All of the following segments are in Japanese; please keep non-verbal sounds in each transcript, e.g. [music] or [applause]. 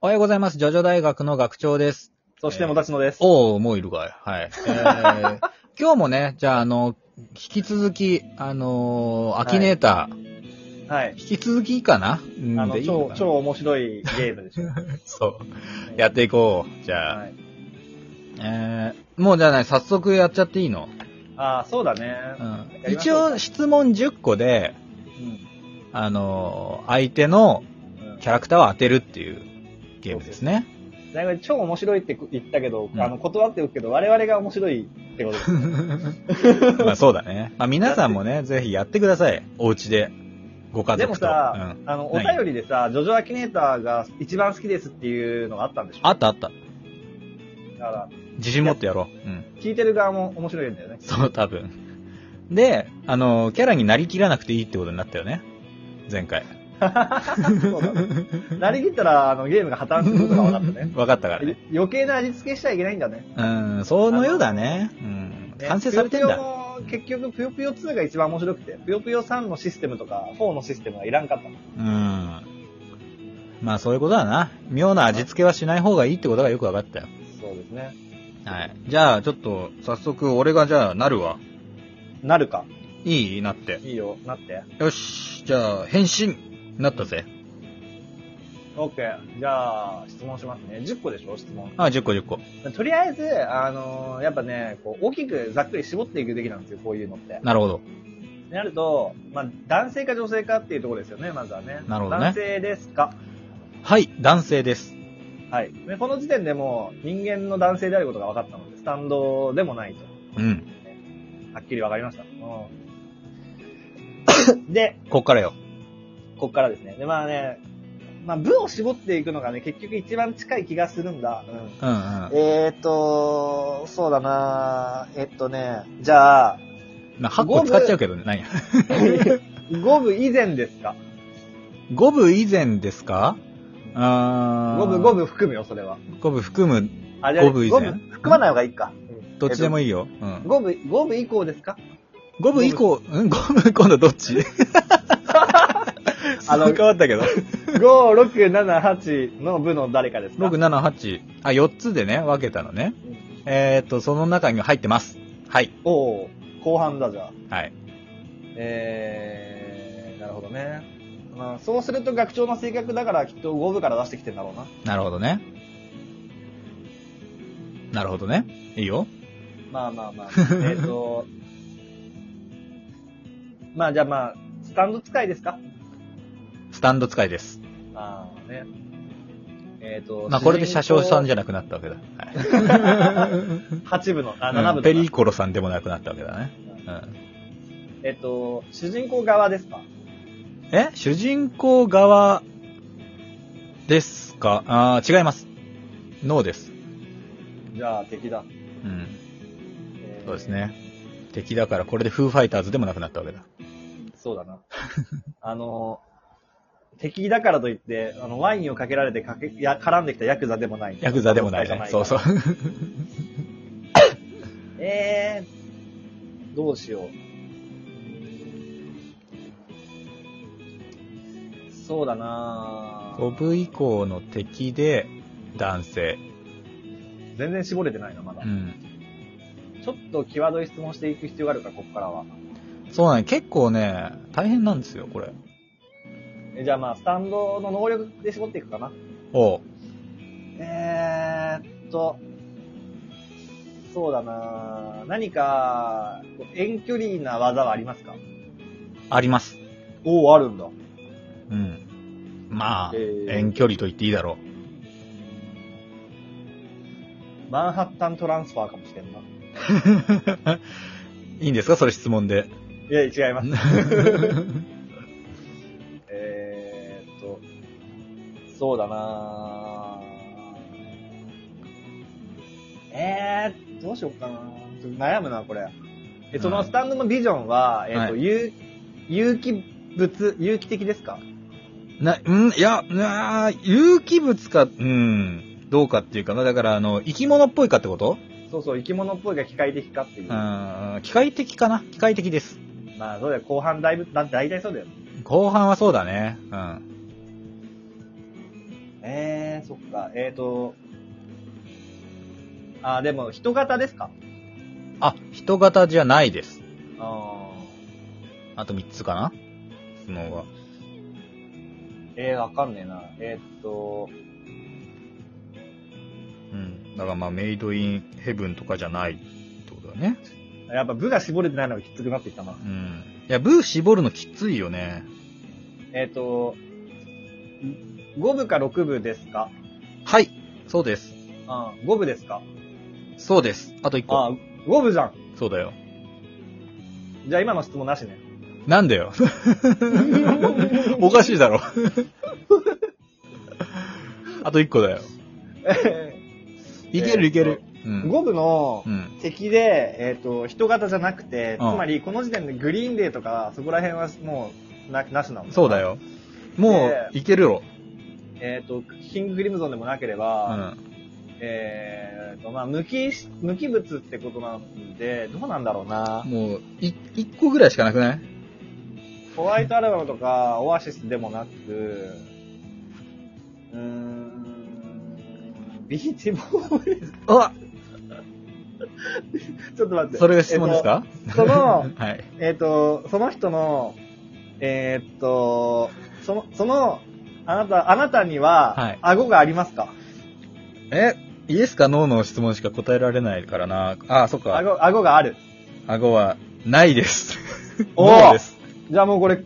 おはようございます。ジョジョ大学の学長です。そして、もたちのです。おおもういるかい。はい。えー [laughs] 今日もね、じゃあ、あの、引き続き、あのーアキネーター、はい。引き続きかなうんあでの、いいの超か、な超面白いゲームでしょ。そう。 [laughs] やっていこう。じゃあ、はい。えー、もうじゃあない、早速やっちゃっていいの、ああ、そうだね。うんや、りまし一ょう応、質問10個で、うん。あのー相手のうんキャラクターを当てるっていうゲームですね。だいぶ超面白いって言ったけどう、んあの、断っておくけど、我々が面白いってこ [laughs] とです。まあそうだね。まあ皆さんもね、ぜひやってください。お家で。ご家族と。でもさう、ん、あの、お何便りでさ、ジョジョアキネーターが一番好きですっていうのがあったんでしょあったあった。だから、自信持ってやろう。うん。聞いてる側も面白いん [laughs] だよね。そう、多分。で、あの、キャラになりきらなくていいってことになったよね。前回。そうだね。なりきったら、あの、ゲームが破綻することが [laughs] 分かったね。分かったからね。余計な味付けしちゃいけないんだね。うん、そのようだね。うん。ね完成されてんぷだ。よぷよも結局、ぷよぷよ2が一番面白くて、ぷよぷよ3のシステムとか、4のシステムはいらんかったの。うん。まあそういうことだな。妙な味付けはしない方がいいってことがよく分かったよ。そうですね。はい。じゃあ、ちょっと、早速、俺がじゃあ、なるわ。なるか。いいなって。いいよ、なって。よし、じゃあ、変身なったぜ。 OK。じゃあ、質問しますね。10個でしょ質問。あ、10個10個。とりあえず、あのーやっぱね、こう、大きくざっくり絞っていくべきなんですよ、こういうのって。なるほど。なると、まあ、男性か女性かっていうところですよね、まずはね。なるほどね男性ですかはい、男性です。はい。でこの時点でもう、人間の男性であることが分かったので、スタンドでもないと。うん。はっきり分かりました。うん。で、こっからよ。こっからですね。で、まあね、まあ、部を絞っていくのがね、結局一番近い気がするんだ。うん。うんうん。えーと、そうだなえっとね、じゃあ、まあ、8個使っちゃうけどね。 [laughs] 何や。 [laughs] 五部以前ですか5部以前ですかあー。五部、五。部含むよ、それは。 5部含む、あ、五部以前五含まない方がいいか。どっちでもいい。いいよ。うん。五部、五部以降ですか5部以降、うん、5部、今度どっ [laughs] ちああの、の変わったけど。五六七八の部の誰かですか6、7、8。あ、4つでね、分けたのねうん。えーっと、その中に入ってます。はい。おお後半だ、じゃあ。はい。えー、なるほどね。まあ、そうすると学長の性格だからきっと5部から出してきてんだろうな。なるほどね。なるほどね。いいよ。まあま [laughs] あまあ。えっと、まあじゃあまあ、スタンド使いですかスタンド使いです。ああね。えっ、と、まあ、これで車掌さんじゃゃなくなったわけだ。はい [laughs] 8部の、あ、7う部んペのリーな。コロさんでもなくなったわけだね。うんえっ、と、主人公側ですかえ主人公側ですかあー違います。ノーです。じゃあ敵だ。うん。えーそうです。ね。敵だから、これでフーファイターズでもなくなったわけだ。そうだな。 [laughs] あの、敵だからといって、あの、ワインをかけられてかけ、や、絡んできたヤクザでもない。ヤクザでもないヤクザね。じゃそうそうか。らえー、どうしよう。そうだな [laughs] ぁ5部以降の敵で、男性。全然絞れてないな、まだう。ん。ちょっと際どい質問していく必要があるか、ここからは。そうなん結構ね、大変なんですよ、これ。えじゃあまあ、スタンドの能力で絞っていくかな。おう。えーっと、そうだな何か、遠距離な技はありますかあります。おおあるんだ。うん。まあ、えー遠距離と言っていいだろ。マンハッタントランスファーかもしれんな。い [laughs] ういいんですかそれ質問 [laughs] で。や、違います。えーっと、そうだなえー、どうしよっかなちょっと悩むな、これ。え、そのスタンドのビジョンは、えーっと、は有有機物、有機的ですかな、んいや、なあ有機物か、うん、どうかっていうかな。だから、あの、生き物っぽいかってことそうそう、生き物っぽいが機械的かっていうう。ん、機械的かな機械的です。まあ、そうだよ。後半だいぶ、だ大体そうだよ。後半はそうだね。うん。えー、そっか。えっ、ー、と、あー、でも人型ですかあ、人型じゃないです。ああと3つかな質問は。ーえー、わかんねえな。えっ、ー、と、うん。だからまあ、メイドインヘブンとかじゃないってことだね。やっぱ部が絞れてないのがきつくなってきたなう。ん。いや、ブー絞るのきついよね。えっ、ー、と、5部か6部ですかはい。そうです。あー5部ですかそうです。あと1個。あー、5部じゃん。そうだよ。じゃあ今の質問なしね。なんだよ。 [laughs] お [laughs] かしいだ [laughs] ろ。あと1個だよ。いけるいける。うん。 5部のうん。敵で、えっ、と、人型じゃなくて、つうんまりこの時点でグリーンデーとか、そこら辺はもうな、なしなの。そうだ。よ。もでう、いけるよ。えっ、と、キンググリムゾンでもなけれうば、ん。えっ、と、まあ、無機し、無機物ってことなんで、どうなんだろうな。もう、い、1個ぐらいしかなくないホワイトアルバムとか、オアシスでもなく、うーん、ビーチボーイズ。あちょっと待って。それが質問ですか、えっとその、はい。えっ、と、その人の、えーっと、その、その、あなた、あなたには、はい顎がありますか、え、イエスかノーの質問しか答えられないからな。あ、そっか。顎、顎がある。顎は、ないです。おノーです。じゃあもうこれ、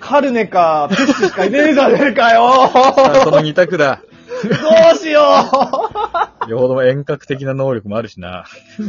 カルネか、プッシュしかいねえじゃねえかさあそよの2択だ。どう [laughs] しよよほど遠隔的な能力もあるしな。う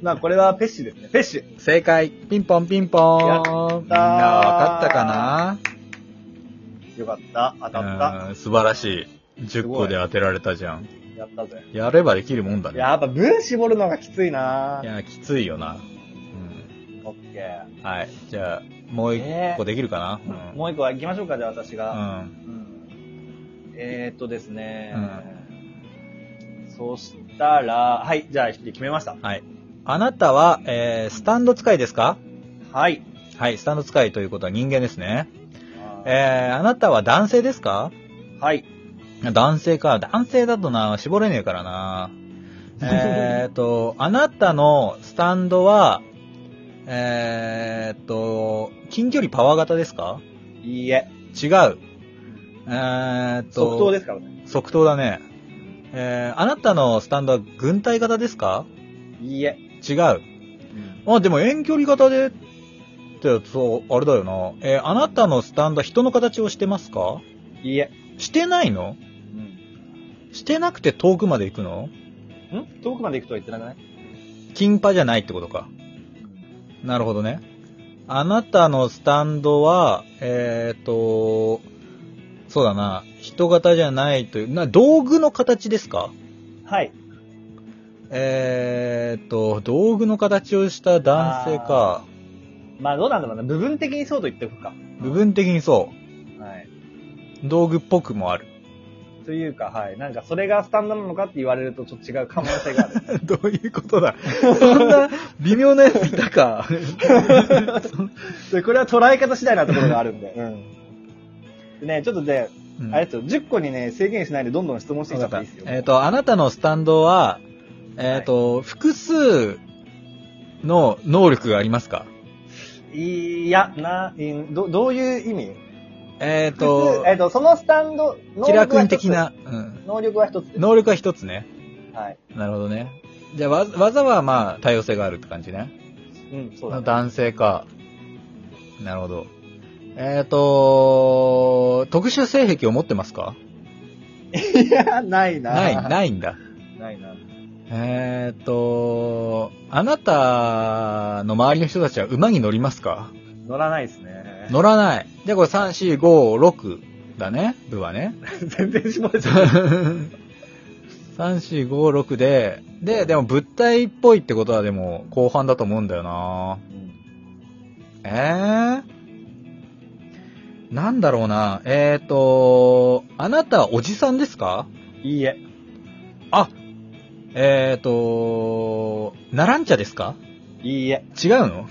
まあこれはペッシュですね。ペッシュ。正解。ピンポンピンポやっーン。みんなわかったかなよかった。当たった。うん素晴らしい。す10ご個いで当てられたじゃん。やったぜ。やればできるもんだね。やっぱ文絞るのがきついないや、きついよな。うオッケー。ん。はい。じゃあ、もうえ一個ーできるかな、もう一個行きましょうか、じゃあ私が。うん。うん。うんえー、っとですね、そしたら、はい、じゃあ一人決めました。はい。あなたは、えー、スタンド使いですかはい。はい、スタンド使いということは人間ですね。ええー、あなたは男性ですかはい。男性か。男性だとな、絞れねえからな。えー [laughs] っと、あなたのスタンドは、えーっと、近距離パワー型ですかいいえ。違う。えーっと、即答ですからね。す。即答だね。えー、あなたのスタンドは軍隊型ですかいいえ。違う。あ、でも遠距離型で、って、そう、あれだよな。えーあなたのスタンドは人の形をしてますかいいえ。してないのうん。してなくて遠くまで行くの遠くまで行くとは言ってなくない金パじゃないってことか。なるほどね。あなたのスタンドは、えっ、と、そうだな、人型じゃないという、な、道具の形ですかはい。えっ、と、道具の形をした男性か。まあどうなんだろうな。部分的にそうと言っておくか。部分的にそはい。う。道具っぽくもある。というか、はい。なんかそれがスタンダードなのかって言われるとちょっと違う可能性がある。 [laughs] どういうことだそんな微妙なやついた [laughs] か。でこれは捉え方次第なところがあるんで。うん。でね、ちょっとで、うんあれですよ、10個にね、制限しないでどんどん質問してきちゃっていいですよ。えっ、と、あなたのスタンドは、えっ、と、複数の能力がありますかいや、な、いど、どういう意味えっ、とと、、えっ、と、そのスタンド、能キラ力は君一つ的。な、うん、能力は一つです。能力は一つね。はい。なるほどね。じゃあ、わ技はまあ、多様性があるって感じね。うん、そうだ、ね。男性か。なるほど。えっ、と、特殊性癖を持ってますかいや、ないな。ない、い。ないんだ。ないな。えーっと、あなたの周りの人たちは馬に乗りますか乗らないですね。乗らない。じゃあこれ3、4、5、6だね。部は [laughs] ね。全然絞れち [laughs] ゃう。 3、4、5、6で、で、でも物体っぽいってことはでも後半だと思うんだよなえー、なんだろうな。えーっと、あなたはおじさんですかいいえ。あ、えーっと、ナランチャですかいいえ。違うの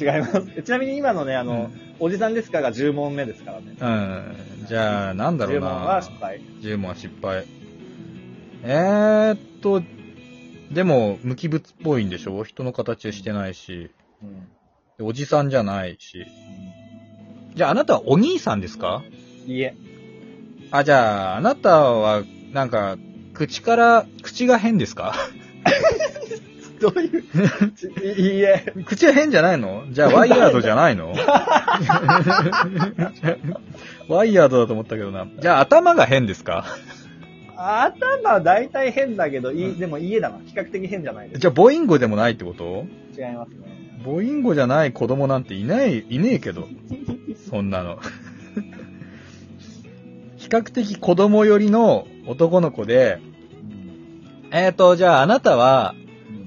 違います。ちなみに今のね、あの、おじさんですかが10問目ですからね。うん。じゃあ、なんだろう10な。問は失敗。 10問は失敗。えーっと、でも、無機物っぽいんでしょ人の形をしてないし、うんでおじさんじゃないし。じゃあ、あなたはお兄さんですかいいえ。あ、じゃあ、あなたは、なんか、口から、口が変ですかどういう、ちいいいえ。口は変じゃないのじゃあ、ワイヤードじゃない [laughs] のワイヤードだと思ったけどな。じゃあ、頭が変ですか頭は大体変だけど、いいうんでもいいえだな。比較的変じゃないです。じゃあ、ボインゴでもないってこと違いますね。ボインゴじゃない子供なんていない、いねえけど。そんなの。 [laughs] 比較的子供寄りの男の子で、うんえーと、じゃああなたは、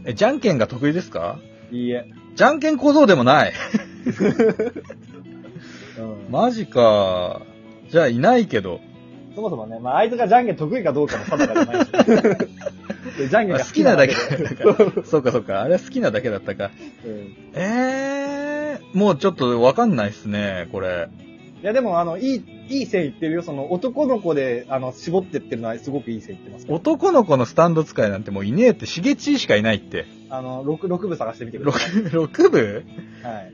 え、じゃんけんが得意ですかいいえ。じゃんけん小僧でもない。うんマジか。じゃあいないけど。そもそもね、まあ、あいつがジャンケン得意かどうかも定かじ [laughs] ゃないし。でジャンケンあが好きなだけ。そう [laughs] そうかそうか。あれは好きなだけだったか。うんえー、もうちょっとわかんないっすね、これ。いや、でも、あの、いい、いい線いってるよ。その、男の子で、あの、絞ってってるのはすごくいい線いってます。男の子のスタンド使いなんてもういねえって、しげちしかいないって。あの、6、六部探してみてください。 [laughs] 6、6部はい。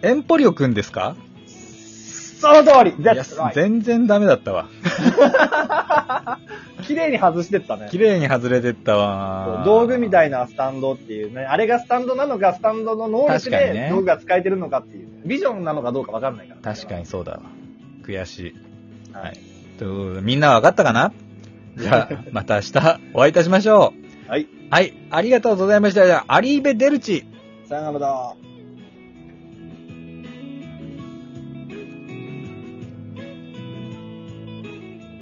エンポリオくんですかその通りいや !That's right! 全然ダメだったわ。綺麗に外してったね綺。麗に外れてったわ。道具みたい。いなスタンドっていうね、あれがスタンドなのか、スタンドの能力確かにねで道具が使えてるのかっていう、ビジョンなのかどうかわかんないから。確かに。そうだわ。悔しい。ははいい。ということで、みんなは分かったか [laughs] なじゃあ、また明日お会いいたしましょはい。う。はい、ありがとうございました。じゃあ、アリーベ・デルチ。さよならだ。